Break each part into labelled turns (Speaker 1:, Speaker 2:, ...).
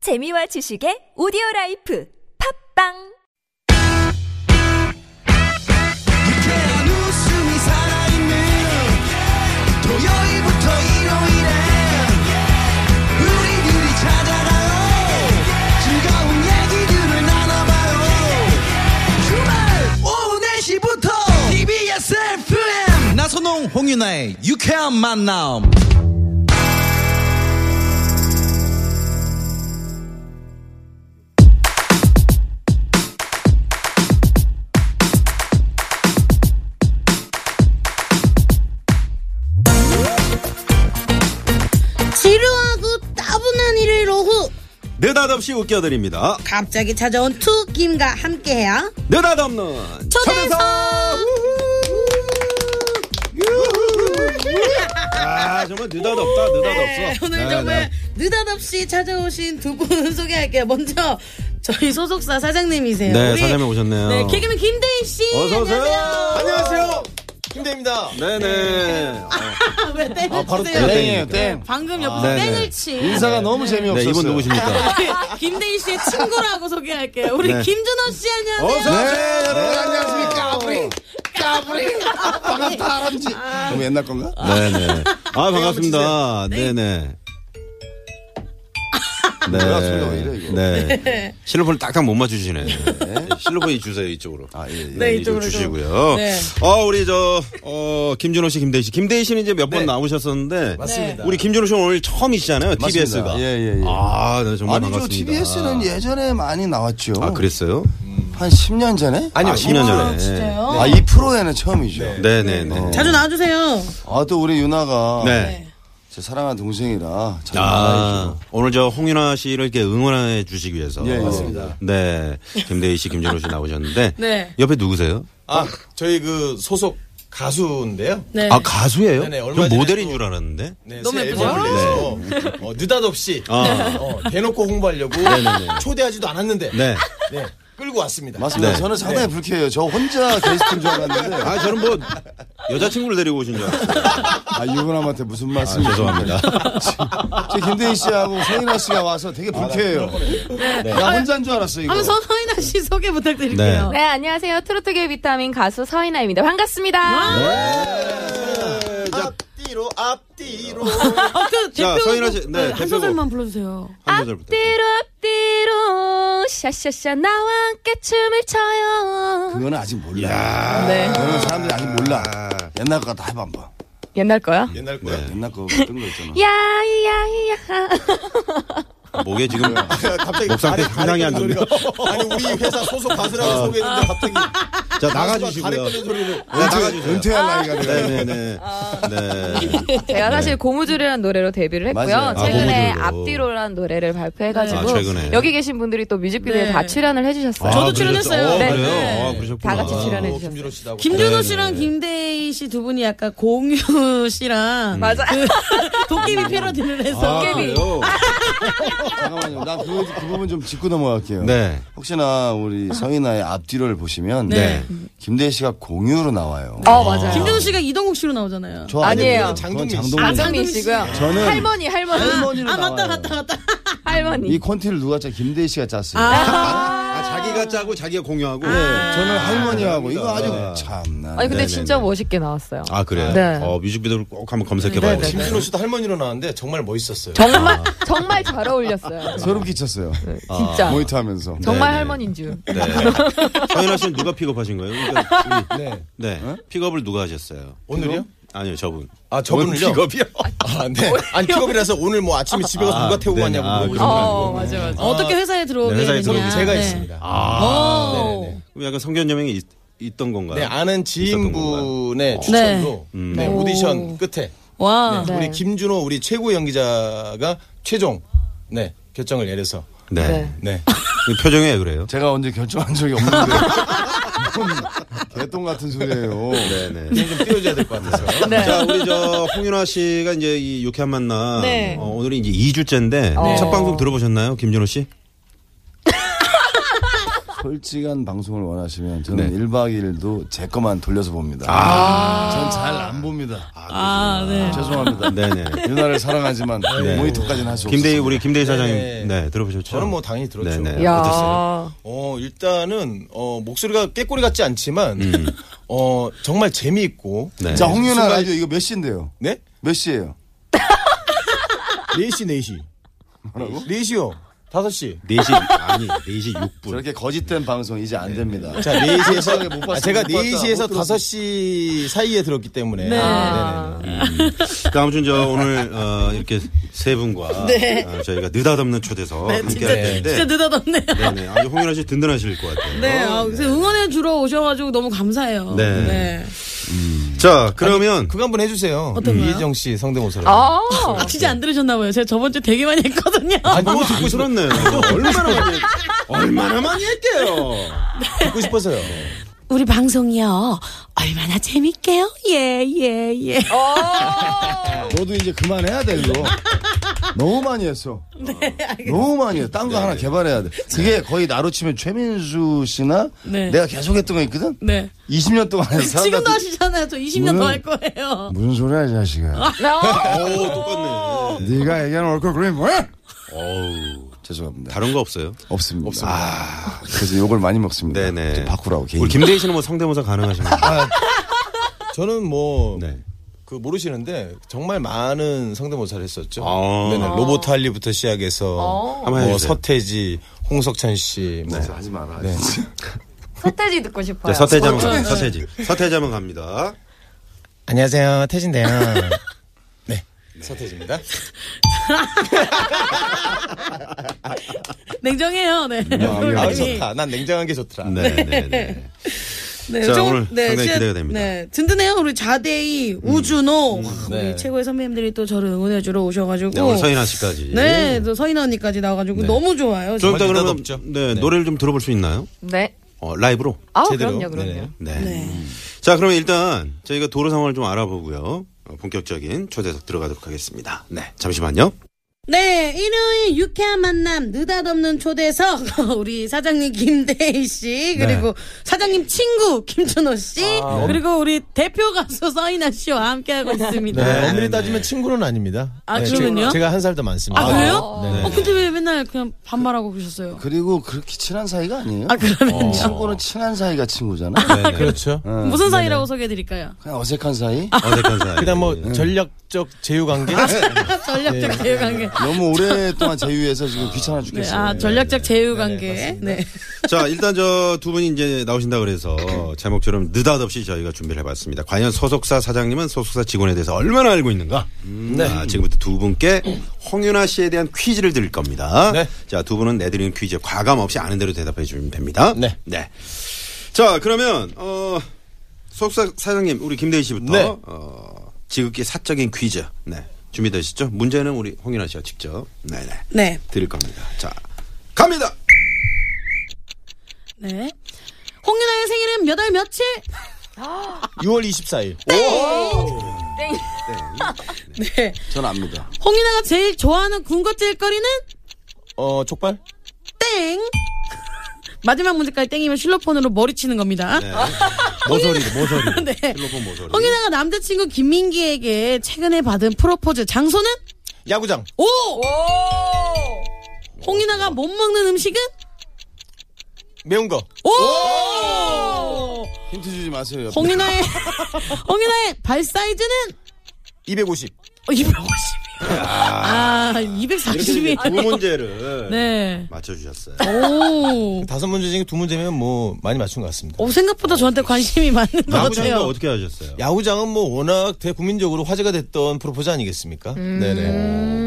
Speaker 1: 재미와 지식의 오디오 라이프 팝빵
Speaker 2: 유쾌한 웃음이 살아있는 토요일부터 일요일에 우리들이 찾아가요 즐거운 얘기들을 나눠봐요 주말 오후 4시부터 TBS FM 나선홍 홍윤아의 유쾌한 만남
Speaker 3: 지루하고 따분한 일요일 오후
Speaker 4: 느닷없이 웃겨드립니다.
Speaker 3: 갑자기 찾아온 투김과 함께해요
Speaker 4: 느닷없는
Speaker 3: 초대석
Speaker 4: 아 정말 느닷없다
Speaker 3: 네,
Speaker 4: 느닷없어.
Speaker 3: 오늘
Speaker 4: 네,
Speaker 3: 정말
Speaker 4: 네.
Speaker 3: 느닷없이 찾아오신 두 분을 소개할게요 먼저 저희 소속사 사장님이세요
Speaker 4: 네, 사장님 오셨네요.
Speaker 3: 네, 개그맨 김대희 씨
Speaker 4: 어서 오세요.
Speaker 3: 안녕하세요
Speaker 5: 안녕하세요. 김대입니다.
Speaker 4: 네네.
Speaker 3: 아, 왜 땡을
Speaker 5: 아, 바로
Speaker 3: 치세요?
Speaker 5: 땡이에요, 땡.
Speaker 3: 방금 옆에서
Speaker 4: 아, 네네.
Speaker 3: 땡을 치
Speaker 5: 인사가 너무
Speaker 4: 네
Speaker 5: 재미없었어요.
Speaker 4: 이분
Speaker 3: 아,
Speaker 4: 누구십니까?
Speaker 3: 김대희 씨의 친구라고 소개할게요 우리
Speaker 4: 네.
Speaker 3: 김준호 씨 안녕하세요
Speaker 4: 어서
Speaker 5: 네,
Speaker 4: 오세요.
Speaker 5: 여러분 안녕하십니까. 까불이. 까불이. 반갑다, 할아버지. 너무 옛날 건가?
Speaker 4: 네네. 아 반갑습니다. 네네. 네.
Speaker 5: 뭐야, 소리가 아. 왜 이래, 이거.
Speaker 4: 네. 실로폰을 딱딱 못 맞추시네. 실로폰이 주세요, 이쪽으로.
Speaker 5: 아, 예, 예.
Speaker 3: 네,
Speaker 4: 네, 이쪽으로
Speaker 3: 이쪽으로 좀.
Speaker 4: 주시고요.
Speaker 3: 네.
Speaker 4: 어, 우리 저, 어, 김준호 씨, 김대희 씨. 김대희 씨는 이제 몇 번
Speaker 5: 네.
Speaker 4: 나오셨었는데.
Speaker 3: 네.
Speaker 5: 맞습니다.
Speaker 4: 네. 우리 김준호 씨 오늘 처음이시잖아요.
Speaker 5: 맞습니다.
Speaker 4: TBS가.
Speaker 5: 예, 예, 예.
Speaker 4: 아, 네, 정말
Speaker 5: 아니죠.
Speaker 4: 반갑습니다.
Speaker 5: TBS는 예전에 음. 많이 나왔죠.
Speaker 4: 아, 그랬어요?
Speaker 5: 한 10년 전에?
Speaker 4: 아니요. 아,
Speaker 5: 어,
Speaker 4: 10년 전에.
Speaker 3: 진짜요?
Speaker 4: 네.
Speaker 5: 아, 이 프로에는 처음이죠.
Speaker 4: 네네네.
Speaker 5: 어.
Speaker 3: 자주 나와주세요
Speaker 5: 아, 또 우리 윤아가
Speaker 4: 네.
Speaker 5: 제 사랑하는 동생이라 잘
Speaker 4: 아,
Speaker 5: 만나야죠.
Speaker 4: 오늘 저 홍윤아 씨를 이렇게 응원해 주시기 위해서.
Speaker 5: 예, 맞습니다.
Speaker 4: 네. 김대희 씨, 김준호 씨 나오셨는데.
Speaker 3: 네.
Speaker 4: 옆에 누구세요?
Speaker 6: 아, 저희 그 소속 가수인데요.
Speaker 3: 네.
Speaker 4: 아, 가수예요?
Speaker 6: 네네, 얼마
Speaker 4: 전
Speaker 6: 전에
Speaker 4: 모델인
Speaker 6: 또-
Speaker 4: 줄 알았는데.
Speaker 6: 네,
Speaker 3: 너무
Speaker 6: 새
Speaker 3: 예쁘죠?
Speaker 6: 앨범을 내서 어, 느닷없이
Speaker 4: 아.
Speaker 6: 어, 대놓고 홍보하려고 초대하지도 않았는데
Speaker 4: 네.
Speaker 6: 네, 끌고 왔습니다.
Speaker 5: 맞습니다.
Speaker 4: 네.
Speaker 5: 저는 상당히 불쾌해요. 저 혼자 게스트인 줄 알았는데.
Speaker 4: 아, 저는 뭐, 여자친구를 데리고 오신 줄 알았어요.
Speaker 5: 아, 유부남한테 무슨 말씀이세요?
Speaker 4: 죄송합니다.
Speaker 5: 제 김대희 씨하고 서인아 씨가 와서 되게 불쾌해요. 나 혼자인 줄 알았어 이거.
Speaker 3: 한번 선호인아 씨 소개 부탁드릴게요
Speaker 7: 네, 안녕하세요. 트로트계 비타민 가수 서인아입니다. 반갑습니다.
Speaker 6: 네, 앞뒤로 앞뒤로
Speaker 4: 네.
Speaker 3: 아, 그
Speaker 4: 자,
Speaker 3: 대표
Speaker 4: 서인아 씨, 네,
Speaker 3: 한
Speaker 4: 대표곡.
Speaker 3: 소절만 불러주세요.
Speaker 4: 한 소절 부탁.
Speaker 7: 앞뒤로 앞뒤로 샤샤샤 나와 함께 춤을 춰요.
Speaker 5: 그거는 아직 몰라.
Speaker 7: 네.
Speaker 5: 그런 사람들이 아직 몰라. 옛날 거 다 해봐 한번.
Speaker 7: 옛날 거야?
Speaker 6: 옛날 거요.
Speaker 4: 네.
Speaker 5: 옛날 거 같은 거
Speaker 7: 네.
Speaker 5: 있잖아.
Speaker 7: 야야야.
Speaker 3: 아, 네.
Speaker 4: 목에 지금
Speaker 5: 아,
Speaker 6: 갑자기
Speaker 4: 목 상태
Speaker 6: 가래-
Speaker 4: 상당히 안
Speaker 6: 가래 끓는 소리가- 아니 우리 회사 소속 가수라고 소개했는데 갑자기
Speaker 4: 자
Speaker 6: 가래
Speaker 4: 나가주시고요.
Speaker 6: 끓는 소리를
Speaker 4: 네, 나가주세요.
Speaker 5: 은퇴할 나이가 돼요.
Speaker 4: 네네네. 네.
Speaker 7: 제가 사실 고무줄이라는 노래로 데뷔를 했고요.
Speaker 5: 맞아요.
Speaker 4: 아,
Speaker 7: 최근에
Speaker 4: 고무줄로.
Speaker 7: 앞뒤로라는 노래를 발표해가지고
Speaker 4: 아, 최근에.
Speaker 7: 여기 계신 분들이 또 뮤직비디오에
Speaker 3: 네.
Speaker 7: 다 출연을 해주셨어요.
Speaker 3: 저도
Speaker 4: 아,
Speaker 3: 출연했어요.
Speaker 4: 그러셨- 어,
Speaker 7: 네.
Speaker 4: 그래요? 아,
Speaker 3: 네.
Speaker 4: 그러셨구나.
Speaker 7: 다 같이 출연해
Speaker 6: 어,
Speaker 7: 주셨어요.
Speaker 6: 김준호 씨하고
Speaker 3: 김준호
Speaker 4: 네,
Speaker 3: 씨랑
Speaker 4: 네.
Speaker 3: 김대희 씨 두 분이 약간 공유 씨랑 그
Speaker 7: 맞아.
Speaker 3: 도깨비 패러디를 해서
Speaker 4: 음. 아, 그래요?
Speaker 5: 잠깐만요. 나 그, 그 부분 좀 짚고 넘어갈게요.
Speaker 4: 네.
Speaker 5: 혹시나 우리 서인아의 앞뒤를 보시면
Speaker 4: 네.
Speaker 5: 김대희 씨가 공유로 나와요.
Speaker 7: 어 맞아요.
Speaker 3: 김준호 씨가 이동욱 씨로 나오잖아요.
Speaker 5: 저
Speaker 7: 아니에요.
Speaker 5: 아니고요. 그건
Speaker 6: 장동민 씨.
Speaker 5: 장동민.
Speaker 7: 장미 씨고요.
Speaker 5: 저는
Speaker 7: 할머니 할머니
Speaker 5: 할머니로
Speaker 3: 아
Speaker 5: 나와요.
Speaker 3: 맞다 맞다 맞다.
Speaker 7: 할머니.
Speaker 5: 이 콘티를 누가 짜? 김대희 씨가 짰어요.
Speaker 4: 아, 자기가 짜고 자기가 공유하고.
Speaker 5: 저는 할머니하고 이거 아주
Speaker 4: 아.
Speaker 5: 참나.
Speaker 7: 아니 근데
Speaker 4: 네네네.
Speaker 7: 진짜 멋있게 나왔어요.
Speaker 4: 아, 그래요?
Speaker 7: 네.
Speaker 4: 어, 뮤직비디오를 꼭 한번 검색해봐야 겠어요
Speaker 6: 네, 김준호 씨도 할머니로 나왔는데 정말 멋있었어요.
Speaker 7: 정말 정말 잘 어울렸어요.
Speaker 5: 소름 끼쳤어요.
Speaker 7: 네.
Speaker 5: 아.
Speaker 7: 진짜.
Speaker 5: 모니터 하면서.
Speaker 7: 정말
Speaker 4: 아. 뭐, 네네.
Speaker 7: 할머니인 줄.
Speaker 4: 네. 서인아 씨는 누가 픽업하신 거예요? 그러니까 우리-
Speaker 6: 네.
Speaker 4: 네. 픽업을 누가 하셨어요?
Speaker 6: 오늘이요?
Speaker 4: 아니요, 저분.
Speaker 6: 아 저분을요? 픽업이요? 아 네. 아니 픽업이라서 오늘 뭐 아침에 집에 가서 누가 태우고
Speaker 4: 네네.
Speaker 6: 왔냐고
Speaker 4: 아,
Speaker 6: 물어보시는
Speaker 4: 그럼요.
Speaker 6: 거예요.
Speaker 7: 어, 맞아, 맞아.
Speaker 3: 어떻게 회사에 들어오게
Speaker 4: 네, 회사에
Speaker 3: 되냐.
Speaker 4: 들어오게
Speaker 6: 제가
Speaker 3: 네.
Speaker 6: 있습니다.
Speaker 5: 아,
Speaker 3: 오.
Speaker 4: 그럼 약간 성견여명이 있, 있던 건가요?
Speaker 6: 네, 아는
Speaker 4: 있었던 건가요?
Speaker 6: 지인분의 추천으로
Speaker 4: 음.
Speaker 6: 네,
Speaker 7: 오.
Speaker 6: 오디션 끝에
Speaker 3: 와.
Speaker 7: 네.
Speaker 6: 우리 김준호 우리 최고 연기자가 최종 네, 결정을 내려서
Speaker 4: 네.
Speaker 7: 네.
Speaker 6: 네.
Speaker 4: 이 표정이 왜 그래요?
Speaker 5: 제가 언제 결정한 적이 없는데. 뭔 개똥 같은 소리예요.
Speaker 4: 네네.
Speaker 6: 그냥 좀 띄워줘야 될 것 같아서.
Speaker 4: 자, 우리 저 홍윤아 씨가 이제 이 유쾌한 만남
Speaker 3: 네.
Speaker 4: 어, 오늘이 이제 2주째인데 첫 방송 들어보셨나요, 김준호 씨?
Speaker 5: 솔직한 방송을 원하시면 저는
Speaker 4: 네.
Speaker 5: 1박 2일도 제 것만 돌려서 봅니다. 아. 전잘 안 봅니다.
Speaker 3: 아, 네.
Speaker 5: 죄송합니다.
Speaker 4: 네네.
Speaker 5: 유나를 사랑하지만 모니터까지는 하수
Speaker 4: 김대희
Speaker 5: 없습니다.
Speaker 4: 우리 김대희 사장님
Speaker 6: 네.
Speaker 4: 네, 들어보셨죠?
Speaker 6: 저는 뭐 당연히 들었죠.
Speaker 4: 네네.
Speaker 7: 야.
Speaker 4: 어땠어요?
Speaker 6: 어, 일단은 어, 목소리가 깨꼬리 같지 않지만 어, 정말 재미있고
Speaker 4: 네.
Speaker 5: 자 홍윤아 라디오 이거 몇 시인데요?
Speaker 6: 네?
Speaker 5: 몇 시예요?
Speaker 6: 4시 4시.
Speaker 5: 뭐라고?
Speaker 6: 4시요. 5시.
Speaker 4: 4시 아니 4시 6분.
Speaker 5: 저렇게 거짓된 방송 이제 안 됩니다. 아,
Speaker 6: 자, 4시에서
Speaker 5: 못 봤어,
Speaker 6: 아, 제가
Speaker 5: 못네 봤다,
Speaker 6: 4시에서
Speaker 5: 못 들었어.
Speaker 6: 5시 사이에 들었기 때문에
Speaker 3: 네.
Speaker 6: 아, 네네네.
Speaker 4: 그 아무튼 저 오늘 어, 이렇게 세 분과
Speaker 3: 네.
Speaker 4: 어, 저희가 느닷없는 초대서
Speaker 3: 네,
Speaker 4: 함께
Speaker 3: 진짜,
Speaker 4: 했는데
Speaker 3: 진짜 느닷없네요. 네,
Speaker 4: 네네. 아주 홍윤아 씨 든든하실 것 같아요.
Speaker 3: 아, 그래서 응원해 주러 오셔가지고 너무 감사해요.
Speaker 4: 네.
Speaker 3: 네.
Speaker 4: 자 그러면
Speaker 6: 그거 한번 해 주세요.
Speaker 3: 어떤 거요?
Speaker 6: 이혜정 씨 성대모사를.
Speaker 7: 어.
Speaker 3: 아, 진짜 안 들으셨나봐요. 제가 저번 주에 되게 많이 했거든요.
Speaker 6: 아니, 너무
Speaker 4: 듣고
Speaker 6: 듣고 싶어.
Speaker 4: 싶었네요. 얼마나 많이 얼마나 많이 했게요.
Speaker 6: 듣고 싶어서요.
Speaker 3: 우리 방송이요. 얼마나 재밌게요? 예, 예, 예.
Speaker 4: 어.
Speaker 5: 너도 이제 그만해야 돼 이거. 너무 많이 했어. 너무 많이 해. 딴거 하나 개발해야 돼. 그게 거의 나로 치면 최민수 씨나
Speaker 3: 네.
Speaker 5: 내가 계속했던 거 있거든.
Speaker 3: 네.
Speaker 5: 20년 동안 했어.
Speaker 3: 지금도 하시잖아요. 저 20년 더 할 거예요.
Speaker 5: 무슨 소리야 이 자식아.
Speaker 4: 오 똑같네.
Speaker 5: 어. 네가 얘기하는 얼굴 그림이 뭐야?
Speaker 4: 어우
Speaker 5: 죄송합니다.
Speaker 4: 다른 거 없어요?
Speaker 5: 없습니다. 아, 그래서 욕을 많이 먹습니다.
Speaker 4: 네네.
Speaker 5: 좀 바꾸라고 개인.
Speaker 4: 우리 김대희 씨는 뭐 성대모사 가능하십니까?
Speaker 6: 저는 뭐
Speaker 4: 네.
Speaker 6: 그 모르시는데 정말 많은 성대모사를 했었죠.
Speaker 4: 아.
Speaker 6: 네네, 로버트 할리부터 시작해서
Speaker 3: 아.
Speaker 4: 한번
Speaker 6: 뭐
Speaker 4: 해주세요.
Speaker 6: 서태지, 홍석찬 씨, 뭐
Speaker 5: 하지 마라.
Speaker 7: 서태지 듣고 싶어요.
Speaker 4: 자, 서태지 한번 갑니다. 서태지. 서태지 한번 갑니다.
Speaker 6: 안녕하세요, 태진데요. 네, 서태지입니다.
Speaker 3: 냉정해요. 네.
Speaker 4: 예,
Speaker 6: 아,
Speaker 3: 프로그램이.
Speaker 6: 좋다. 난 냉정한 게 좋더라.
Speaker 4: 네네네.
Speaker 3: 네,
Speaker 4: 자, 오늘 상당히
Speaker 3: 진짜,
Speaker 4: 기대가 됩니다. 음.
Speaker 3: 네, 든든해요. 우리 자대이, 우준호, 와, 우리
Speaker 6: 네.
Speaker 3: 최고의 선배님들이 또 저를 응원해주러 오셔가지고.
Speaker 4: 네, 오늘 서인아 예. 네. 씨까지.
Speaker 3: 네, 또 서인 언니까지 나와가지고 너무 좋아요.
Speaker 4: 좀 이따
Speaker 6: 정말
Speaker 4: 그러면
Speaker 6: 없죠.
Speaker 4: 네, 노래를 좀 들어볼 수 있나요?
Speaker 7: 네.
Speaker 4: 어, 라이브로.
Speaker 7: 아,
Speaker 6: 제대로.
Speaker 7: 그럼요, 그럼요.
Speaker 6: 네네.
Speaker 4: 네. 자, 그러면 일단 저희가 도로 상황을 좀 알아보고요. 어, 본격적인 초대석 들어가도록 하겠습니다. 네, 잠시만요.
Speaker 3: 네, 일요일 유쾌한 만남 느닷없는 초대석 우리 사장님 김대희 씨 그리고 사장님 친구 김준호 씨 그리고 우리 대표 가수 서인아 씨와 함께하고 있습니다.
Speaker 6: 네, 엄밀히 따지면 친구는 아닙니다.
Speaker 3: 아,
Speaker 6: 네,
Speaker 3: 그러면요?
Speaker 6: 제- 제가 한 살 더 많습니다.
Speaker 3: 아 그래요?
Speaker 6: 네.
Speaker 3: 어 근데 왜 맨날 그냥 반말하고 그러셨어요?
Speaker 5: 그리고 그렇게 친한 사이가 아니에요? 어.
Speaker 3: 아 그러면요
Speaker 5: 친구는 친한 사이가 친구잖아.
Speaker 6: 네, 그렇죠.
Speaker 3: 무슨 사이라고 소개해드릴까요?
Speaker 5: 그냥 어색한 사이.
Speaker 4: 어색한 사이.
Speaker 6: 그다음 뭐 전략적 제휴 관계.
Speaker 4: 아.
Speaker 3: 전략적 제휴 관계.
Speaker 5: 너무 오랫동안 제휴해서 지금 귀찮아
Speaker 3: 네,
Speaker 5: 죽겠어요.
Speaker 3: 아 전략적 제휴 관계. 네.
Speaker 4: 자, 일단 저 두 분이 이제 나오신다 그래서 제목처럼 느닷없이 저희가 준비를 해봤습니다. 과연 소속사 사장님은 소속사 직원에 대해서 얼마나 알고 있는가?
Speaker 6: 음, 네.
Speaker 4: 아, 지금부터 두 분께 홍윤아 씨에 대한 퀴즈를 드릴 겁니다.
Speaker 6: 네.
Speaker 4: 자, 두 분은 내드리는 퀴즈에 과감 없이 아는 대로 대답해 주면 됩니다.
Speaker 6: 네.
Speaker 4: 자, 그러면 어, 소속사 사장님 우리 김대희 씨부터
Speaker 6: 네.
Speaker 4: 어, 지극히 사적인 퀴즈. 네. 준비되시죠? 문제는 우리 홍윤아 씨가 직접 네, 네.
Speaker 3: 네.
Speaker 4: 드릴 겁니다. 자, 갑니다.
Speaker 3: 네. 홍윤아의 생일은 몇 월 며칠?
Speaker 6: 6월 24일.
Speaker 3: 네.
Speaker 5: 전 압니다.
Speaker 3: 홍윤아가 제일 좋아하는 군것질 거리는?
Speaker 6: 어, 족발?
Speaker 3: 땡. 마지막 문제까지 땡이면 실로폰으로 머리 치는 겁니다. 네.
Speaker 4: 모서리, 모서리. 실로폰 모서리.
Speaker 3: 홍인아가 남자친구 김민기에게 최근에 받은 프로포즈 장소는?
Speaker 6: 야구장.
Speaker 3: 오! 홍인아가 못 먹는 음식은?
Speaker 6: 매운 거.
Speaker 3: 오!
Speaker 5: 힌트 주지 마세요. 옆에.
Speaker 3: 홍인아의, 홍인아의 발 사이즈는?
Speaker 6: 250.
Speaker 3: 어, 250. 아,
Speaker 4: 이렇게
Speaker 3: 240이에요.
Speaker 4: 두 문제를
Speaker 3: 네.
Speaker 4: 맞춰주셨어요.
Speaker 3: 오.
Speaker 6: 다섯 문제 중에 두 문제면 뭐 많이 맞춘 것 같습니다.
Speaker 3: 어, 생각보다 저한테 관심이 많은 것
Speaker 4: 야구장도
Speaker 3: 같아요.
Speaker 4: 어떻게 하셨어요?
Speaker 6: 야구장은 뭐 워낙 대국민적으로 화제가 됐던 프로포즈 아니겠습니까? 네네.
Speaker 4: 음.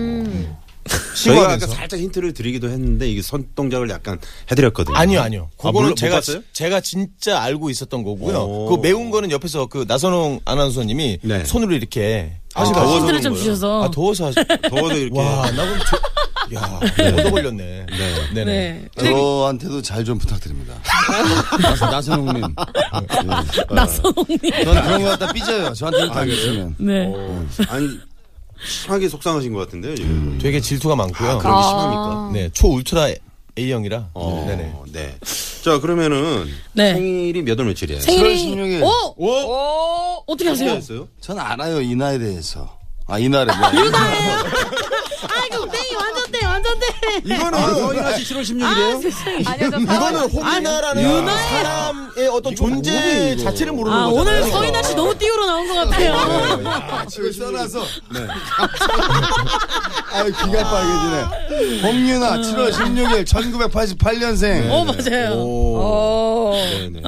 Speaker 4: 저희가 아까
Speaker 6: 시구하면서.
Speaker 4: 살짝 힌트를 드리기도 했는데 이게 손동작을 약간 해드렸거든요.
Speaker 6: 아니요, 아니요.
Speaker 4: 아, 물론
Speaker 6: 그거를
Speaker 4: 못
Speaker 6: 제가
Speaker 4: 봤어요?
Speaker 6: 제가 진짜 알고 있었던 거고요.
Speaker 4: 오.
Speaker 6: 그 매운 거는 옆에서 그 나선홍 아나운서님이
Speaker 4: 네.
Speaker 6: 손으로 이렇게
Speaker 4: 아,
Speaker 6: 하시고
Speaker 4: 더워서
Speaker 3: 힌트를 좀
Speaker 4: 그런 거예요?
Speaker 3: 주셔서.
Speaker 6: 아 더워서 하시.
Speaker 4: 더워서 이렇게. 어,
Speaker 6: 와, 나 그럼 저, 야, 얻어 걸렸네. 네, 네.
Speaker 3: 네.
Speaker 5: 저한테도 잘 좀 부탁드립니다. 나선- 나선홍님. 네.
Speaker 3: 나선홍님.
Speaker 5: 전 그런 거 갖다 삐져요. 저한테 당해주면.
Speaker 3: 네.
Speaker 4: 아니 심하게 속상하신 것 같은데요. 지금.
Speaker 6: 되게 질투가 많고요.
Speaker 3: 아.
Speaker 4: 그런 게 심합니까?
Speaker 6: 네, 초 울트라 A형이라.
Speaker 4: 아, 어,
Speaker 6: 네네.
Speaker 4: 네. 자, 그러면은
Speaker 3: 네.
Speaker 4: 생일이 몇월 며칠이에요?
Speaker 3: 생일이
Speaker 5: 16일.
Speaker 3: 오!
Speaker 6: 오!
Speaker 3: 어떻게 하세요?
Speaker 4: 생일이었어요?
Speaker 5: 전 알아요 이 나에 대해서. 아 이 날에. 유나에.
Speaker 3: 아이고 땡이 완전 땡 완전 땡.
Speaker 4: 이거는 허인아 씨 7월 16일이에요?
Speaker 7: 아니요, 저
Speaker 6: 이거는
Speaker 7: 사월-
Speaker 6: 홍인아라는 사람의 어떤 존재 자체를 모르는
Speaker 3: 아
Speaker 6: 거잖아요.
Speaker 3: 오늘 서인아 씨 너무 띄우러 나온 것 같아요. 네.
Speaker 5: 지금 써놔서. 네. 아 기가 빨개지네. 홍윤아 7월 16일 1988년생.
Speaker 3: 어 맞아요.
Speaker 4: 오.
Speaker 7: 어.
Speaker 4: 네네.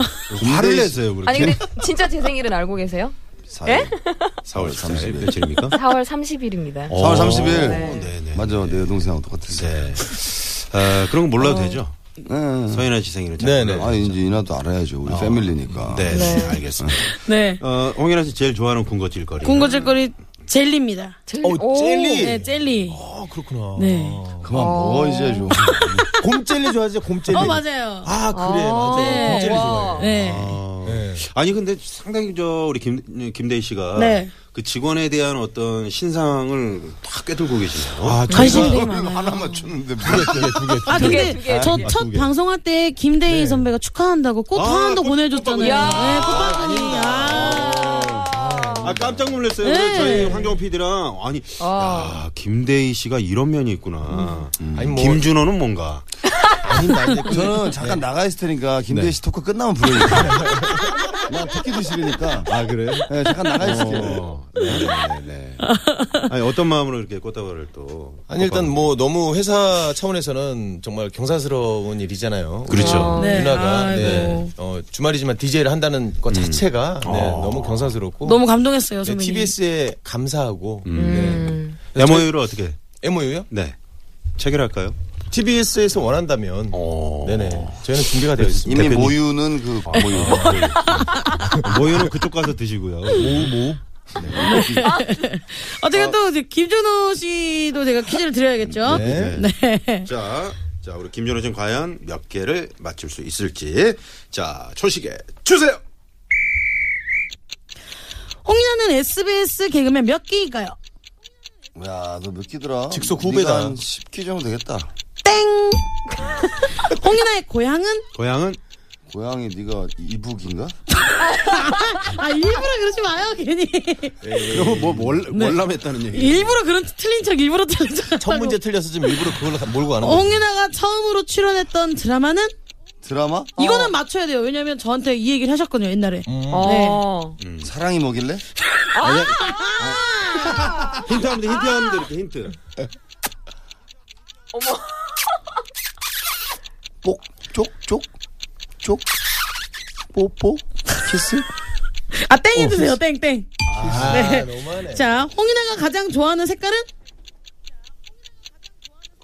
Speaker 4: 화를 냈어요, 그렇게.
Speaker 7: 아니 근데 진짜 제 생일은 알고 계세요?
Speaker 4: 4월 30일 며칠입니까?
Speaker 7: 4월 30일입니다.
Speaker 4: 어.
Speaker 3: 어.
Speaker 5: 4월 30일.
Speaker 4: 네네.
Speaker 5: 맞아 내 여동생하고 똑같은데.
Speaker 4: 네. 아, 그런 거 몰라도 되죠?
Speaker 5: 네.
Speaker 4: 서인아 씨 생일을 잘
Speaker 6: 네네.
Speaker 4: 몰라도
Speaker 5: 아 이제 이나도 알아야죠 우리 패밀리니까.
Speaker 4: 네, 알겠습니다.
Speaker 3: 네.
Speaker 4: 어, 홍인아 씨 제일 좋아하는 군것질거리.
Speaker 3: 군것질거리 젤리입니다.
Speaker 6: 어, 젤리.
Speaker 3: 네 젤리.
Speaker 6: 아, 그렇구나.
Speaker 3: 네.
Speaker 5: 그만 먹어 이제 좀.
Speaker 6: 곰젤리 좋아하지? 곰젤리.
Speaker 3: 어 맞아요.
Speaker 6: 아, 그래. 맞아.
Speaker 3: 네.
Speaker 6: 곰젤리
Speaker 7: 와.
Speaker 6: 좋아해.
Speaker 3: 네.
Speaker 6: 네.
Speaker 4: 아니 근데 상당히 저 우리 김 김대희 씨가
Speaker 3: 네.
Speaker 4: 그 직원에 대한 어떤 신상을 다 꿰뚫고 계시네요.
Speaker 3: 관심이 되게 많아요.
Speaker 5: 하나만 줬는데 뭐
Speaker 3: 아 근데
Speaker 7: 두 개,
Speaker 3: 저 첫 방송할 때 김대희 선배가 축하한다고 꽃 하나도 보내줬잖아요. 네, 꽃바구니. 아.
Speaker 4: 아 깜짝 놀랐어요.
Speaker 3: 네.
Speaker 4: 그래서 저희 황정호 PD랑 아니 야, 김대희 씨가 이런 면이 있구나.
Speaker 6: 아니, 뭐.
Speaker 4: 음. 김준호는 뭔가
Speaker 5: 저는
Speaker 4: 네.
Speaker 5: 잠깐 나가 있을 테니까 김대희 씨 토크 끝나면 부르니까. 나 토끼도 싫으니까. 아 그래요? 네, 잠깐 나가 있을게요.
Speaker 4: 어, 네, 네, 네. 아니 어떤 마음으로 이렇게 꽃다발을 또
Speaker 6: 아니 일단 뭐 너무 회사 차원에서는 정말 경사스러운 일이잖아요.
Speaker 4: 그렇죠.
Speaker 3: 네,
Speaker 6: 누나가
Speaker 3: 아이고.
Speaker 6: 네. 어, 주말이지만 DJ를 한다는 것
Speaker 4: 음.
Speaker 6: 자체가
Speaker 4: 아.
Speaker 6: 네, 너무 경사스럽고
Speaker 3: 너무 감동했어요
Speaker 6: 네,
Speaker 3: 선배님.
Speaker 6: TBS에 감사하고
Speaker 4: 음.
Speaker 6: 네.
Speaker 3: 음.
Speaker 4: MOU를 어떻게
Speaker 6: MOU요?
Speaker 4: 네 체결할까요?
Speaker 6: TBS에서 원한다면
Speaker 4: 어. 뭐
Speaker 6: 네네 저희는 준비가 되어 있습니다.
Speaker 5: 이미
Speaker 4: 대표님. 아,
Speaker 5: 모유는 그 모유.
Speaker 4: 모유는 그쪽 가서
Speaker 3: 음.
Speaker 4: 드시고요. 뭐,
Speaker 6: 모모
Speaker 3: 어떻게 또 아, 이제 김준호 씨도 제가 퀴즈를 드려야겠죠. 네.
Speaker 4: 자, 자 우리 김준호 씨는 과연 몇 개를 맞출 수 있을지. 자, 초식에 주세요.
Speaker 3: 홍인아는 SBS 개그맨 몇 기일까요?
Speaker 5: 야, 너 몇 기더라?
Speaker 6: 직속 후배다.
Speaker 5: 네가 한 10기 정도 되겠다.
Speaker 3: 땡. 홍인아의 고향은
Speaker 4: 고향은
Speaker 5: 고양이 네가 이북인가?
Speaker 3: 아 일부러 그러지 마요 괜히.
Speaker 4: 그리고 뭐 월,
Speaker 3: 네.
Speaker 4: 월남했다는
Speaker 5: 예.
Speaker 4: 얘기.
Speaker 3: 일부러 그런 틀린 척 일부로 틀린 척.
Speaker 6: 첫
Speaker 3: 하고.
Speaker 6: 문제 틀려서 지금 일부러 그걸로 가- 몰고 가는 거예요.
Speaker 3: 홍윤아가 처음으로 출연했던 드라마는
Speaker 5: 드라마?
Speaker 3: 이거는 맞춰야 돼요. 왜냐면 저한테 이 얘기를 하셨거든요 옛날에.
Speaker 5: 음.
Speaker 3: 네.
Speaker 7: 어.
Speaker 4: 음.
Speaker 5: 사랑이 뭐길래?
Speaker 4: 힌트 하면 돼, 힌트 하면 돼, 이렇게 힌트.
Speaker 5: 뽁, 쪽, 쪽, 쪽, 뽀뽀, 키스?
Speaker 3: 아
Speaker 5: 어.
Speaker 3: 땡해주세요 땡땡.
Speaker 6: 아,
Speaker 3: 네.
Speaker 6: 너무하네.
Speaker 3: 자 홍윤아가 가장 좋아하는 색깔은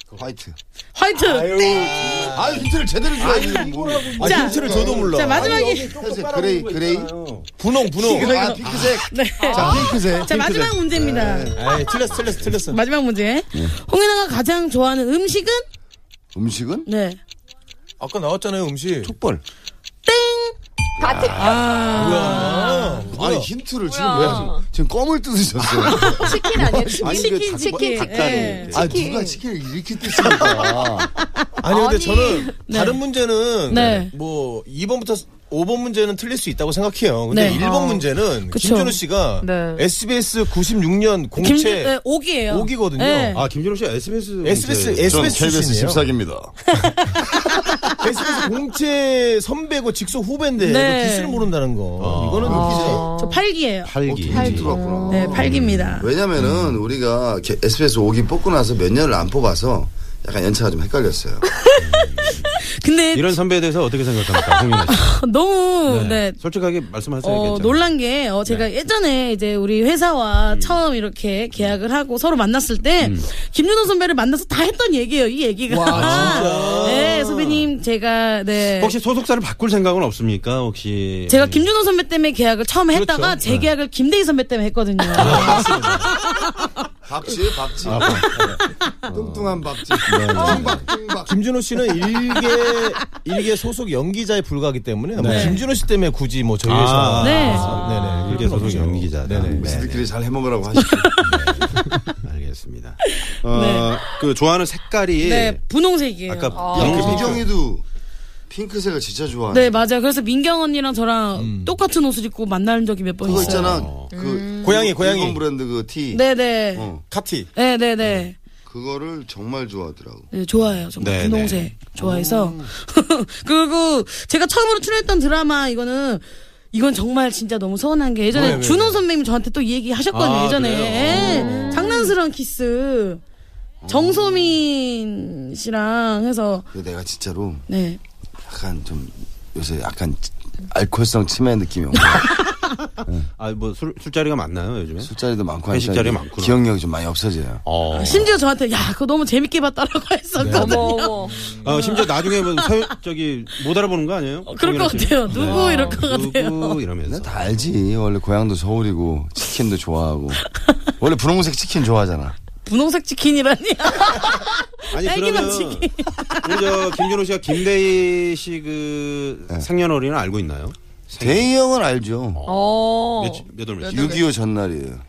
Speaker 5: 그 화이트.
Speaker 3: 화이트.
Speaker 5: 아, 힌트를 제대로 줘야지. 뭐.
Speaker 6: 아,
Speaker 3: 자.
Speaker 6: 힌트를 줘도 몰라.
Speaker 3: 자 마지막이
Speaker 5: 회색, 그레이, 그레이.
Speaker 6: 분홍 분홍.
Speaker 5: 아, 네. 핑크색. 자, 핑크색.
Speaker 3: 네. 자 마지막 문제입니다.
Speaker 6: 아, 틀렸어 틀렸어 틀렸어.
Speaker 3: 마지막 문제.
Speaker 5: 네.
Speaker 3: 홍윤아가 가장 좋아하는 음식은
Speaker 5: 음식은?
Speaker 3: 네.
Speaker 6: 아까 나왔잖아요 음식.
Speaker 5: 족벌.
Speaker 7: 같은
Speaker 3: 아.
Speaker 6: 뭐야?
Speaker 5: 아니, 힌트를 지금 왜 하세요? 지금 껌을 뜯으셨어요.
Speaker 7: 치킨 아니에요?
Speaker 5: 아니,
Speaker 7: 치킨?
Speaker 5: 그
Speaker 3: 치킨,
Speaker 5: 닭-
Speaker 3: 치킨.
Speaker 5: 닭다리.
Speaker 3: 예.
Speaker 5: 아, 누가 치킨을 이렇게 뜯습니까?
Speaker 6: 아니 근데
Speaker 7: 아니.
Speaker 6: 저는 다른 문제는
Speaker 3: 네.
Speaker 6: 뭐 2번부터 5번 문제는 틀릴 수 있다고 생각해요. 근데
Speaker 3: 네.
Speaker 6: 1번 문제는
Speaker 3: 그쵸.
Speaker 6: 김준호 씨가
Speaker 7: 네.
Speaker 6: SBS 96년
Speaker 3: 김
Speaker 6: 공채
Speaker 3: 네, 옥이에요.
Speaker 6: 옥이거든요.
Speaker 3: 네.
Speaker 4: 아, 김준호 씨 SBS.
Speaker 6: SBS
Speaker 4: 문제.
Speaker 5: 전
Speaker 6: SBS
Speaker 5: KBS
Speaker 6: 출신이에요.
Speaker 5: 14기입니다.
Speaker 6: SBS 공채 선배고 직속 후배인데
Speaker 3: 네. 아.
Speaker 6: 그 기술을 모른다는 거. 이거는 웃기죠.
Speaker 3: 저 8기예요.
Speaker 4: 팔기.
Speaker 5: 어, 들어왔구나.
Speaker 3: 네, 8기입니다.
Speaker 5: 아. 왜냐면은 우리가 게- SBS 5기 뽑고 나서 몇 년을 안 뽑아서 약간 연차가 좀 헷갈렸어요.
Speaker 3: 근데
Speaker 4: 이런 선배에 대해서 어떻게 생각합니까, 홍윤아 씨?
Speaker 3: 너무 네.
Speaker 4: 솔직하게 말씀하세요.
Speaker 3: 어,
Speaker 4: 괜찮아요.
Speaker 3: 놀란 게, 어, 제가 예전에 이제 우리 회사와 처음 이렇게 계약을 하고 서로 만났을 때, 김준호 선배를 만나서 다 했던 얘기예요, 이 얘기가. 네, 선배님, 제가, 네.
Speaker 4: 혹시 소속사를 바꿀 생각은 없습니까, 혹시?
Speaker 3: 제가 김준호 선배 때문에 계약을 처음 했다가 제 계약을 김대희 선배 때문에 했거든요.
Speaker 5: 박쥐, 아, 박쥐. 네, 뚱뚱한 박쥐. 뚱박뚱박.
Speaker 6: 김준호 씨는 일개 일개 소속 연기자에 불과하기 때문에 뭐 김준호 씨 때문에 굳이 뭐 저희 회사
Speaker 4: 아,
Speaker 3: 네.
Speaker 6: 네네 아.
Speaker 4: 이렇게 소속 연기자.
Speaker 6: 네네.
Speaker 5: 네. 우리들끼리 잘 해먹으라고 하시고.
Speaker 4: 알겠습니다. 있습니다. 어, 그 좋아하는 색깔이
Speaker 3: 네, 분홍색이에요.
Speaker 4: 아까
Speaker 5: 그렇죠. 민경이도 그 핑크색을 진짜 좋아해.
Speaker 3: 네, 맞아요. 그래서 민경 언니랑 저랑 똑같은 옷을 입고 만나는 적이 몇 번
Speaker 5: 그거
Speaker 3: 있어요. 음.
Speaker 5: 있잖아. 그
Speaker 6: 고양이,
Speaker 5: 일본
Speaker 6: 고양이.
Speaker 5: 브랜드 그 티.
Speaker 3: 네네.
Speaker 5: 어.
Speaker 6: 카티.
Speaker 3: 네네네. 네.
Speaker 5: 그거를 정말 좋아하더라고.
Speaker 3: 네, 좋아해요. 정말
Speaker 4: 네,
Speaker 3: 분홍색 좋아해서. 그리고 제가 처음으로 출연했던 드라마 이거는 이건 정말 진짜 너무 서운한 게 예전에
Speaker 4: 네,
Speaker 3: 준호 선배님 저한테 또 이 얘기 하셨거든요.
Speaker 6: 아,
Speaker 3: 예전에 예, 장난스러운 키스 정소민 씨랑 해서
Speaker 5: 근데 내가 진짜로
Speaker 3: 네.
Speaker 5: 약간 좀 요새 약간 알코올성 치매 느낌이 오고
Speaker 4: 아뭐술 술자리가 많나요 요즘에?
Speaker 5: 술자리도 많고
Speaker 4: 회식
Speaker 5: 하니까
Speaker 4: 자리 많구나.
Speaker 5: 기억력이 좀 많이 없어져요.
Speaker 4: 어.
Speaker 3: 심지어 저한테 야 그거 너무 재밌게 봤다라고
Speaker 4: 네,
Speaker 3: 했었거든요.
Speaker 7: 뭐, 어머.
Speaker 4: 어, 심지어 나중에 뭐 서, 저기 못 알아보는 거 아니에요?
Speaker 3: 어,
Speaker 4: 네,
Speaker 3: 그럴 것
Speaker 4: 홍윤아 씨.
Speaker 3: 같아요. 누구 이럴 것 같아요.
Speaker 4: 누구 이러면서
Speaker 5: 다 알지. 원래 고향도 서울이고 치킨도 좋아하고 원래 분홍색 치킨 좋아하잖아.
Speaker 3: 분홍색 치킨이라니.
Speaker 4: 아니
Speaker 3: 애기만
Speaker 4: 그러면
Speaker 3: 치기.
Speaker 4: 우리 저 김준호 씨가 김대희 씨 그
Speaker 5: 네.
Speaker 4: 생년월일은 알고 있나요?
Speaker 5: 대희 형은 알죠.
Speaker 7: 어.
Speaker 4: 몇몇월 며칠?
Speaker 5: 6.25 전날이에요.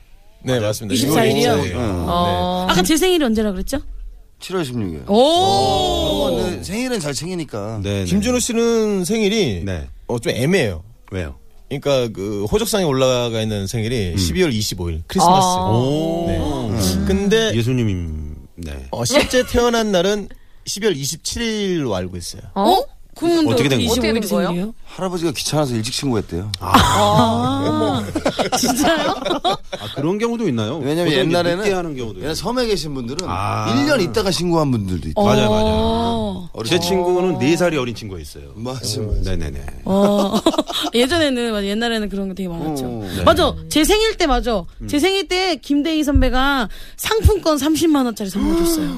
Speaker 6: 네, 맞습니다.
Speaker 3: 24일 이요?
Speaker 6: 이거 이제, 어,
Speaker 3: 아까 제 생일이 언제라 그랬죠? 어?
Speaker 5: 7월 16일.
Speaker 3: 오.
Speaker 5: 어, 생일은 잘 챙기니까.
Speaker 4: 네. 네.
Speaker 6: 김준호 씨는 생일이
Speaker 4: 네.
Speaker 6: 어, 좀 애매해요.
Speaker 4: 왜요?
Speaker 6: 그러니까 그 호적상에 올라가 있는 생일이
Speaker 5: 음.
Speaker 6: 12월 25일 크리스마스.
Speaker 3: 아.
Speaker 6: 네.
Speaker 3: 어.
Speaker 6: 근데
Speaker 4: 네. 예수님 네.
Speaker 6: 어, 실제 태어난 날은 12월 27일로 알고 있어요.
Speaker 3: 어? 그러면
Speaker 4: 어떻게 된
Speaker 3: 25일이
Speaker 4: 거예요?
Speaker 7: 어떻게 된 거예요?
Speaker 3: 생일이에요?
Speaker 5: 할아버지가 귀찮아서 일찍 신고했대요.
Speaker 3: 진짜요?
Speaker 4: 아 그런 경우도 있나요?
Speaker 5: 왜냐면
Speaker 4: 보통 이제
Speaker 5: 옛날에는
Speaker 4: 늦게 하는 경우도
Speaker 5: 옛날
Speaker 4: 있어요.
Speaker 5: 섬에 계신 분들은
Speaker 4: 아.
Speaker 5: 1년 있다가 신고한 분들도 있다.
Speaker 3: 어,
Speaker 4: 맞아요, 맞아요.
Speaker 5: 어린
Speaker 4: 제 친구는 네 살이 어린 친구가 있어요.
Speaker 5: 맞아,
Speaker 4: 네네네.
Speaker 3: 어. 예전에는 맞아, 옛날에는 그런 거 되게 많았죠.
Speaker 5: 음, 네.
Speaker 3: 맞아. 제 생일 때 맞아. 제 생일 때 김대희 선배가 상품권 30만 원짜리
Speaker 5: 음.
Speaker 3: 선물 줬어요.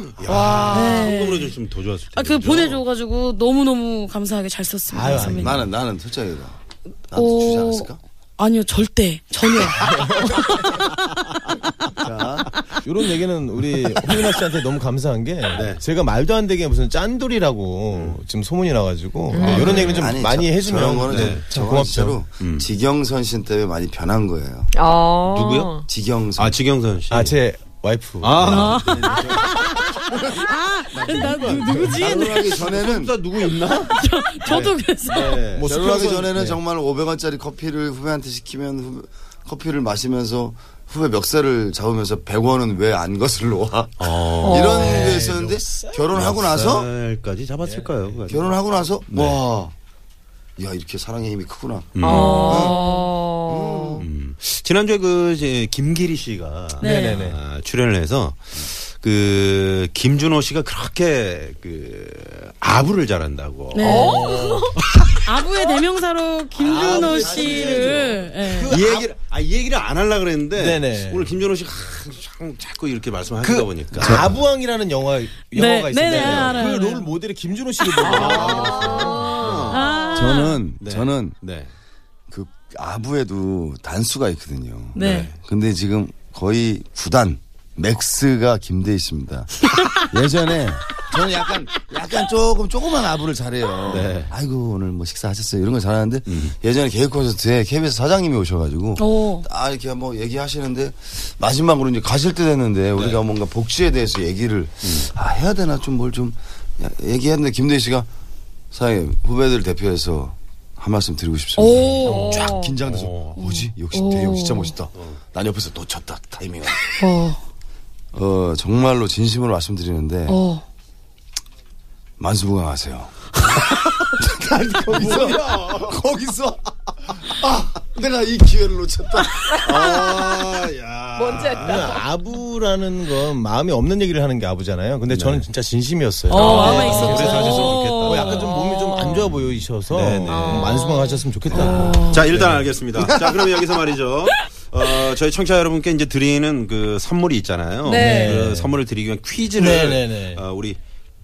Speaker 4: 성공으로 줬으면 더 좋았을 텐데.
Speaker 3: 아, 그 보내줘 가지고 너무너무 감사하게 잘 썼습니다.
Speaker 6: 아유, 아유,
Speaker 3: 선배님.
Speaker 5: 나는 나는 솔직히 나한테
Speaker 3: 네. 오.
Speaker 5: 주지 않았을까?
Speaker 3: 아니요, 절대. 전혀.
Speaker 6: 이런 얘기는 우리 홍윤아 씨한테 너무 감사한 게
Speaker 5: 네.
Speaker 6: 제가 말도 안 되게 무슨 짠돌이라고 지금 소문이 나가지고
Speaker 3: 음.
Speaker 6: 이런
Speaker 3: 네.
Speaker 6: 얘기를 좀
Speaker 5: 음. 아니,
Speaker 6: 많이
Speaker 5: 저-
Speaker 6: 해주면
Speaker 5: 저런 거는
Speaker 6: 네,
Speaker 5: 좀-
Speaker 6: 참
Speaker 5: 저건
Speaker 6: 고맙죠.
Speaker 5: 진짜로 지경선 씨 때문에 많이 변한 거예요.
Speaker 7: 어.
Speaker 4: 누구요?
Speaker 5: 지경선.
Speaker 4: 아 지경선
Speaker 5: 네.
Speaker 4: 씨.
Speaker 6: 아제 와이프.
Speaker 4: 아,
Speaker 3: 아, 나 누- 누구지? 아,
Speaker 5: 결혼하기 전에는
Speaker 4: 나 누구 있나?
Speaker 3: 저도 그래서
Speaker 4: 네.
Speaker 6: 뭐
Speaker 5: 결혼하기
Speaker 6: 수평선-
Speaker 5: 전에는
Speaker 6: 네.
Speaker 5: 정말 500원짜리 커피를 후배한테 시키면 후배, 커피를 마시면서 후배 멱살을 잡으면서 100원은 왜 안 거슬러 와?
Speaker 6: 어.
Speaker 5: 이런
Speaker 6: 네.
Speaker 5: 게 있었는데 결혼하고 나서 예.
Speaker 4: 까지 잡았을까요? 네. 그거?
Speaker 5: 결혼하고 나서 와.
Speaker 6: 네.
Speaker 5: 야 이렇게 사랑의 힘이 크구나.
Speaker 6: 음.
Speaker 7: 어.
Speaker 4: 지난주에 그 이제 김기리 씨가
Speaker 6: 네네네.
Speaker 4: 아, 출연을 해서 그 김준호 씨가 그렇게 그 아부를 잘한다고.
Speaker 6: 네.
Speaker 4: 어,
Speaker 3: 아부의 대명사로 김준호 씨를 예.
Speaker 4: 이 얘기를 아, 이 얘기를 안 하려 그랬는데
Speaker 6: 그 네네.
Speaker 4: 오늘 김준호 씨가 참 자꾸 이렇게 말씀하시다
Speaker 6: 그
Speaker 4: 보니까
Speaker 6: 아부왕이라는 영화 영화가 있어요.
Speaker 3: 네네, 알아요.
Speaker 6: 그 롤 모델이 김준호 씨를 보고
Speaker 3: 아,
Speaker 5: 저는
Speaker 4: 네.
Speaker 5: 저는
Speaker 4: 네.
Speaker 5: 그 아부에도 단수가 있거든요.
Speaker 3: 네.
Speaker 5: 근데 지금 거의 구단 맥스가 김대희 씨입니다. 예전에 저는 약간 약간 조금 조그만 아부를 잘해요.
Speaker 4: 네.
Speaker 5: 아이고 오늘 뭐 식사하셨어요 이런 걸 잘하는데 예전에 개그 콘서트에 KBS 사장님이 오셔가지고
Speaker 3: 오.
Speaker 5: 아 이렇게 뭐 얘기하시는데 마지막으로 이제 가실 때 됐는데 우리가 뭔가 복지에 대해서 얘기를 아 해야 되나 좀 뭘 좀 얘기했는데 김대희 씨가 사장님 후배들 대표해서 한 말씀 드리고 싶습니다.
Speaker 3: 오. 음.
Speaker 5: 쫙 긴장돼서 뭐지 역시 대형 진짜 멋있다. 난 옆에서 놓쳤다 타이밍을.
Speaker 3: 어.
Speaker 5: 어 정말로 진심으로 말씀드리는데
Speaker 3: 어.
Speaker 5: 만수무강하세요. 난 거기서 거기서 아 내가 이 기회를 놓쳤다.
Speaker 7: 뭔지 알까?
Speaker 6: 아부라는 건 아, 마음이 없는 얘기를 하는 게 아부잖아요. 근데 저는 진짜 진심이었어요. 네.
Speaker 3: 어, 마음에 있었죠.
Speaker 4: 오래 사셨으면 좋겠다.
Speaker 6: 어, 약간 좀 몸이 좀 안 좋아 보이셔서 만수망하셨으면 좋겠다.
Speaker 4: 자, 일단 알겠습니다. 자, 그럼 여기서 말이죠. 어, 저희 청취자 여러분께 이제 드리는 그 선물이 있잖아요.
Speaker 3: 네.
Speaker 4: 그 선물을 드리기 위한 퀴즈를
Speaker 6: 네, 네, 네.
Speaker 4: 어, 우리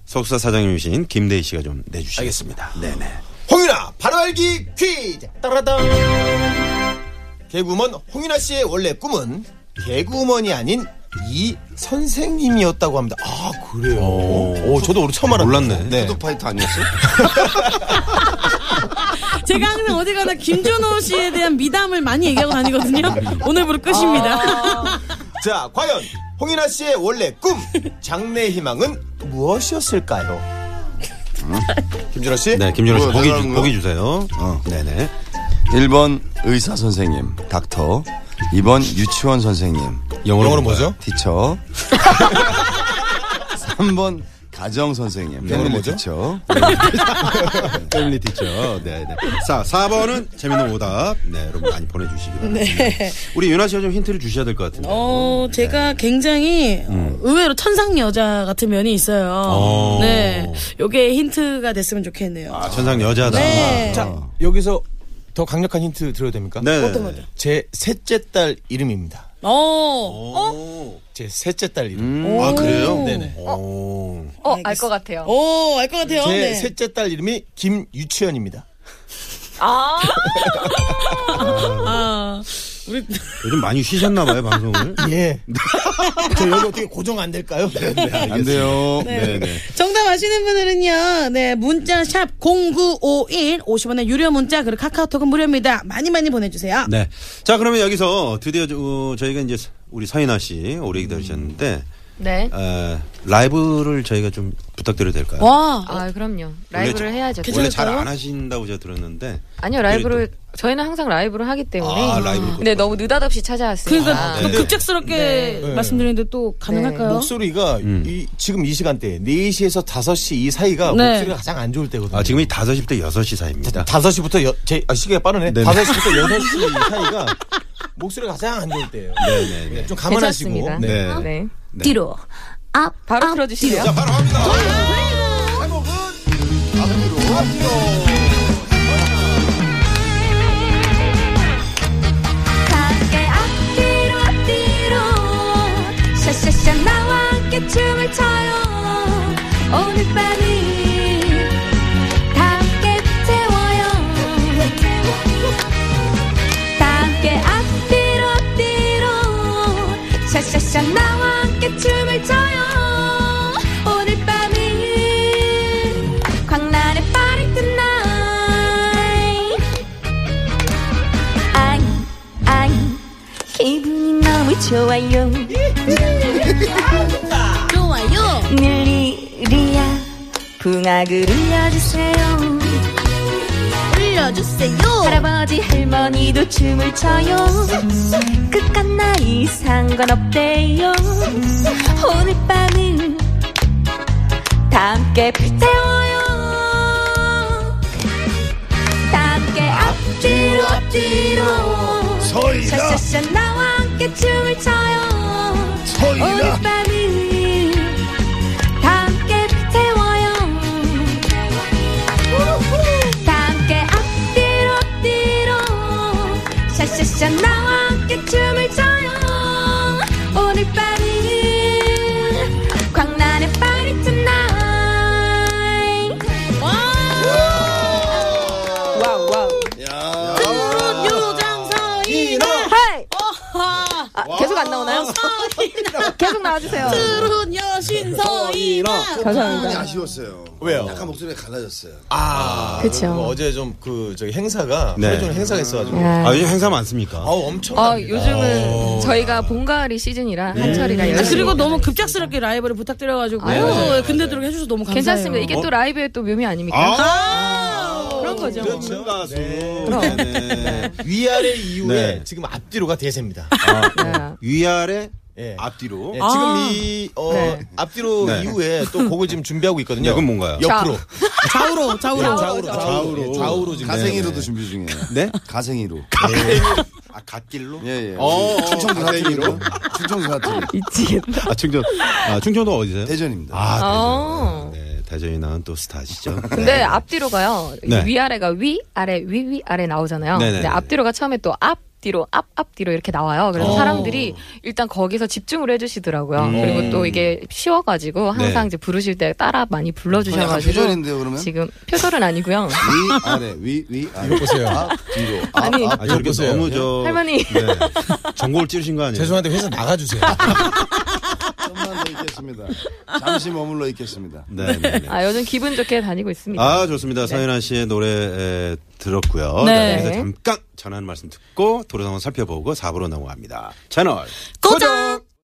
Speaker 4: 석사 사장님이신 김대희 씨가 좀 내주시겠습니다. 네네.
Speaker 6: 홍윤아 바로 알기 퀴즈 따라다 개구먼 홍윤아 씨의 원래 꿈은 개구먼이 아닌 이 선생님이었다고 합니다. 아 그래요. 오, 저도 오늘 처음 알았네요.
Speaker 4: 몰랐네.
Speaker 6: 네.
Speaker 5: 푸드파이터 아니었어?
Speaker 3: 제가 항상 어디 가나 김준호
Speaker 5: 음. 아.
Speaker 3: 씨에 대한 미담을 많이 얘기하고 다니거든요. 오늘부로 끝입니다.
Speaker 6: 자 과연 홍윤아 씨의 원래 꿈, 장래 희망은 무엇이었을까요? 음? 김준호 씨?
Speaker 4: 네, 어. 김준호 씨
Speaker 5: 뭐야,
Speaker 4: 보기
Speaker 5: 내가
Speaker 4: 주,
Speaker 5: 하는
Speaker 4: 보기
Speaker 5: 거야?
Speaker 4: 주세요. 네네.
Speaker 5: 1번 의사 선생님, 닥터. 2번 유치원 선생님, 네,
Speaker 4: 영어로,
Speaker 6: 영어로 뭐죠?
Speaker 5: 티처. 3번 가정 선생님,
Speaker 6: 영어로
Speaker 5: 패밀리
Speaker 6: 뭐죠?
Speaker 5: 티처.
Speaker 4: 패밀리 티처. 네네. 자, 4번은 재밌는 오답. 네, 여러분 많이 보내주시기 바랍니다. 우리 윤아 씨가 좀 힌트를 주셔야 될 것 같은데.
Speaker 3: 네. 어, 제가 굉장히
Speaker 7: 음.
Speaker 3: 의외로 천상 여자 같은 면이 있어요.
Speaker 4: 어.
Speaker 3: 네. 요게 힌트가 됐으면 좋겠네요.
Speaker 4: 아, 천상 여자다.
Speaker 3: 네.
Speaker 6: 자, 여기서 더 강력한 힌트 들어도 됩니까?
Speaker 4: 아. 네.
Speaker 3: 어떤 거죠?
Speaker 6: 제 셋째 딸 이름입니다.
Speaker 3: 어.
Speaker 4: 어?
Speaker 6: 제 셋째 딸 이름.
Speaker 4: 아, 그래요?
Speaker 6: 네네.
Speaker 4: 오.
Speaker 7: 어, 알 것 같아요.
Speaker 3: 오, 알 것 같아요.
Speaker 6: 제
Speaker 3: 네.
Speaker 6: 셋째 딸 이름이 김유치원입니다.
Speaker 7: 아,
Speaker 3: 아, 우리
Speaker 4: 요즘 많이 쉬셨나 봐요, 방송을.
Speaker 6: 예.
Speaker 4: 네.
Speaker 6: 저 여기 어떻게 고정 안 될까요?
Speaker 5: 안 돼요.
Speaker 3: 네. 정답 아시는 분들은요, 네, 문자 샵 0951, 50원의 유료 문자, 그리고 카카오톡은 무료입니다. 많이 많이 보내주세요.
Speaker 4: 네. 자, 그러면 여기서 드디어 저- 어, 저희가 이제 우리 서인아 씨 오래 기다리셨는데
Speaker 7: 네.
Speaker 4: 어, 라이브를 저희가 좀 부탁드려도 될까요?
Speaker 3: 와,
Speaker 7: 아, 그럼요.
Speaker 4: 원래
Speaker 7: 라이브를
Speaker 4: 자-
Speaker 7: 해야죠.
Speaker 4: 원래 잘 안 하신다고 제가 들었는데.
Speaker 7: 아니요, 라이브를 저희는 항상 라이브를 하기 때문에.
Speaker 4: 아, 라이브를
Speaker 7: 근데 너무 느닷없이 찾아왔습니다. 네.
Speaker 3: 그러니까 또 급작스럽게 말씀드리는데 또 가능할까요?
Speaker 6: 목소리가
Speaker 4: 음.
Speaker 6: 이, 지금 이 시간대 4시에서 5시 이 사이가
Speaker 3: 네.
Speaker 6: 목소리가 가장 안 좋을 때거든요.
Speaker 4: 아, 지금이 5시부터 6시 사이입니다.
Speaker 6: 5시부터 여, 제 아, 시계가 빠르네. 5시부터 6시 사이가 목소리가 가장 안 좋을 때예요.
Speaker 4: 네, 네.
Speaker 6: 좀
Speaker 7: 괜찮습니다.
Speaker 6: 감안하시고.
Speaker 4: 네.
Speaker 7: 네. 네.
Speaker 1: 뒤로 앞
Speaker 7: 바로 틀어주시죠.
Speaker 4: 바로 갑니다.
Speaker 1: 가게 앞뒤로 뒤로 샤샤샤 나와 함께 춤을 춰요 오늘 밤이 다 함께 태워요 다 함께 앞뒤로 뒤로 샤샤샤 나와 함께 춤을 춰요 오늘 밤이 광란의 파리 tonight 아잉 아잉 기분이 너무 좋아요
Speaker 3: 좋아요.
Speaker 1: 늘리리야 풍악을 울려주세요
Speaker 3: 올려주세요.
Speaker 1: 할아버지 할머니도 춤을 춰요 끝과 나이 상관없대요 오늘 밤은 다 함께 불태워요 다 함께 앞뒤로 앞뒤로 샤샤샤 나와 함께 춤을 춰요 어, 오늘 밤은 다 함께 태워요 다 함께 앞뒤로 뒤로 샤샤샤 나와 함께 춤을 춰요 오늘 밤은 광란의 파리 tonight
Speaker 7: 와우, 와우.
Speaker 4: 네.
Speaker 3: 요장서인
Speaker 7: 하이! 아, 계속 안 나오나요? 계속 나와주세요.
Speaker 3: 트롯 여신 서인아.
Speaker 7: 네. 감사합니다.
Speaker 5: 아쉬웠어요.
Speaker 6: 왜요?
Speaker 5: 약간 목소리가 갈라졌어요.
Speaker 6: 아,
Speaker 7: 그쵸.
Speaker 6: 그리고 어제 좀 그 저기 행사가
Speaker 4: 네.
Speaker 6: 네. 좀 행사가 있어가지고
Speaker 7: 야.
Speaker 4: 아, 요즘 행사 많습니까?
Speaker 6: 아우 엄청.
Speaker 7: 어, 요즘은 저희가 봄, 가을이 시즌이라 한철이라 열심히.
Speaker 3: 아, 그리고 너무 급작스럽게 라이브를 부탁드려가지고.
Speaker 7: 네,
Speaker 3: 어, 근데도록 해주셔서 너무 감사해요.
Speaker 7: 괜찮습니다. 이게 또 라이브의 또 묘미 아닙니까? 그런 거죠.
Speaker 6: 그렇죠.
Speaker 4: 멋진 가수.
Speaker 7: 그럼.
Speaker 4: 네네.
Speaker 6: 네. 위아래 이후에
Speaker 4: 네. 아.
Speaker 6: 지금 앞뒤로가 대세입니다.
Speaker 7: 네.
Speaker 4: 위아래
Speaker 6: 예.
Speaker 4: 앞뒤로.
Speaker 6: 네,
Speaker 4: 아,
Speaker 6: 지금 이 어,
Speaker 7: 네.
Speaker 6: 앞뒤로
Speaker 4: 네.
Speaker 6: 이후에 또 곡을 지금 준비하고
Speaker 4: 네,
Speaker 6: 있거든요.
Speaker 4: 그건 뭔가요?
Speaker 6: 옆으로.
Speaker 3: 좌우로, 좌우로.
Speaker 6: 좌우로, 좌우로, 예, 좌우로 지금.
Speaker 5: 가생이로도 준비 중이에요.
Speaker 4: 네?
Speaker 5: 가생이로.
Speaker 4: 아, 갓길로?
Speaker 5: 예, 예.
Speaker 4: 어, 어,
Speaker 5: 충청도
Speaker 4: 가생이로?
Speaker 5: 사투리로. 충청도 사투리.
Speaker 4: 아, 충청. 아, 충청도 어디세요?
Speaker 5: 대전입니다.
Speaker 4: 아, 대전.
Speaker 7: 어.
Speaker 4: 네, 대전이 나온 또 스타시죠.
Speaker 7: 근데 앞뒤로 가요.
Speaker 4: 네.
Speaker 7: 위아래가 위, 아래, 위, 위, 아래 나오잖아요.
Speaker 4: 네네네.
Speaker 7: 근데 앞뒤로가 처음에 또 앞, 뒤로 앞, 앞, 뒤로 이렇게 나와요. 그래서
Speaker 4: 어.
Speaker 7: 사람들이 일단 거기서 집중을 해주시더라고요. 그리고 또 이게 쉬워가지고
Speaker 4: 음.
Speaker 7: 항상
Speaker 4: 네.
Speaker 7: 이제 부르실 때 따라 많이 불러주셔가지고.
Speaker 5: 약간 표절인데요, 그러면?
Speaker 7: 지금 표절은 아니고요.
Speaker 5: 위 아래 위 위 아래. 이거
Speaker 6: 보세요.
Speaker 5: 뒤로. 앞,
Speaker 7: 아니.
Speaker 5: 앞.
Speaker 4: 아, 저렇게
Speaker 6: 보세요.
Speaker 4: 너무 저.
Speaker 7: 할머니.
Speaker 4: 네. 전골 찌르신 거 아니에요?
Speaker 6: 죄송한데 회사 나가주세요.
Speaker 5: 좀만 더 있겠습니다. 잠시 머물러 있겠습니다.
Speaker 4: 네, 네, 네.
Speaker 7: 아, 요즘 기분 좋게 다니고 있습니다. 네.
Speaker 4: 아, 좋습니다. 서연아 씨의 노래 에, 들었고요.
Speaker 3: 네.
Speaker 4: 네. 여기서 잠깐 전하는 말씀 듣고 도로 상황 살펴보고 4부로 넘어갑니다. 채널.
Speaker 3: 고정!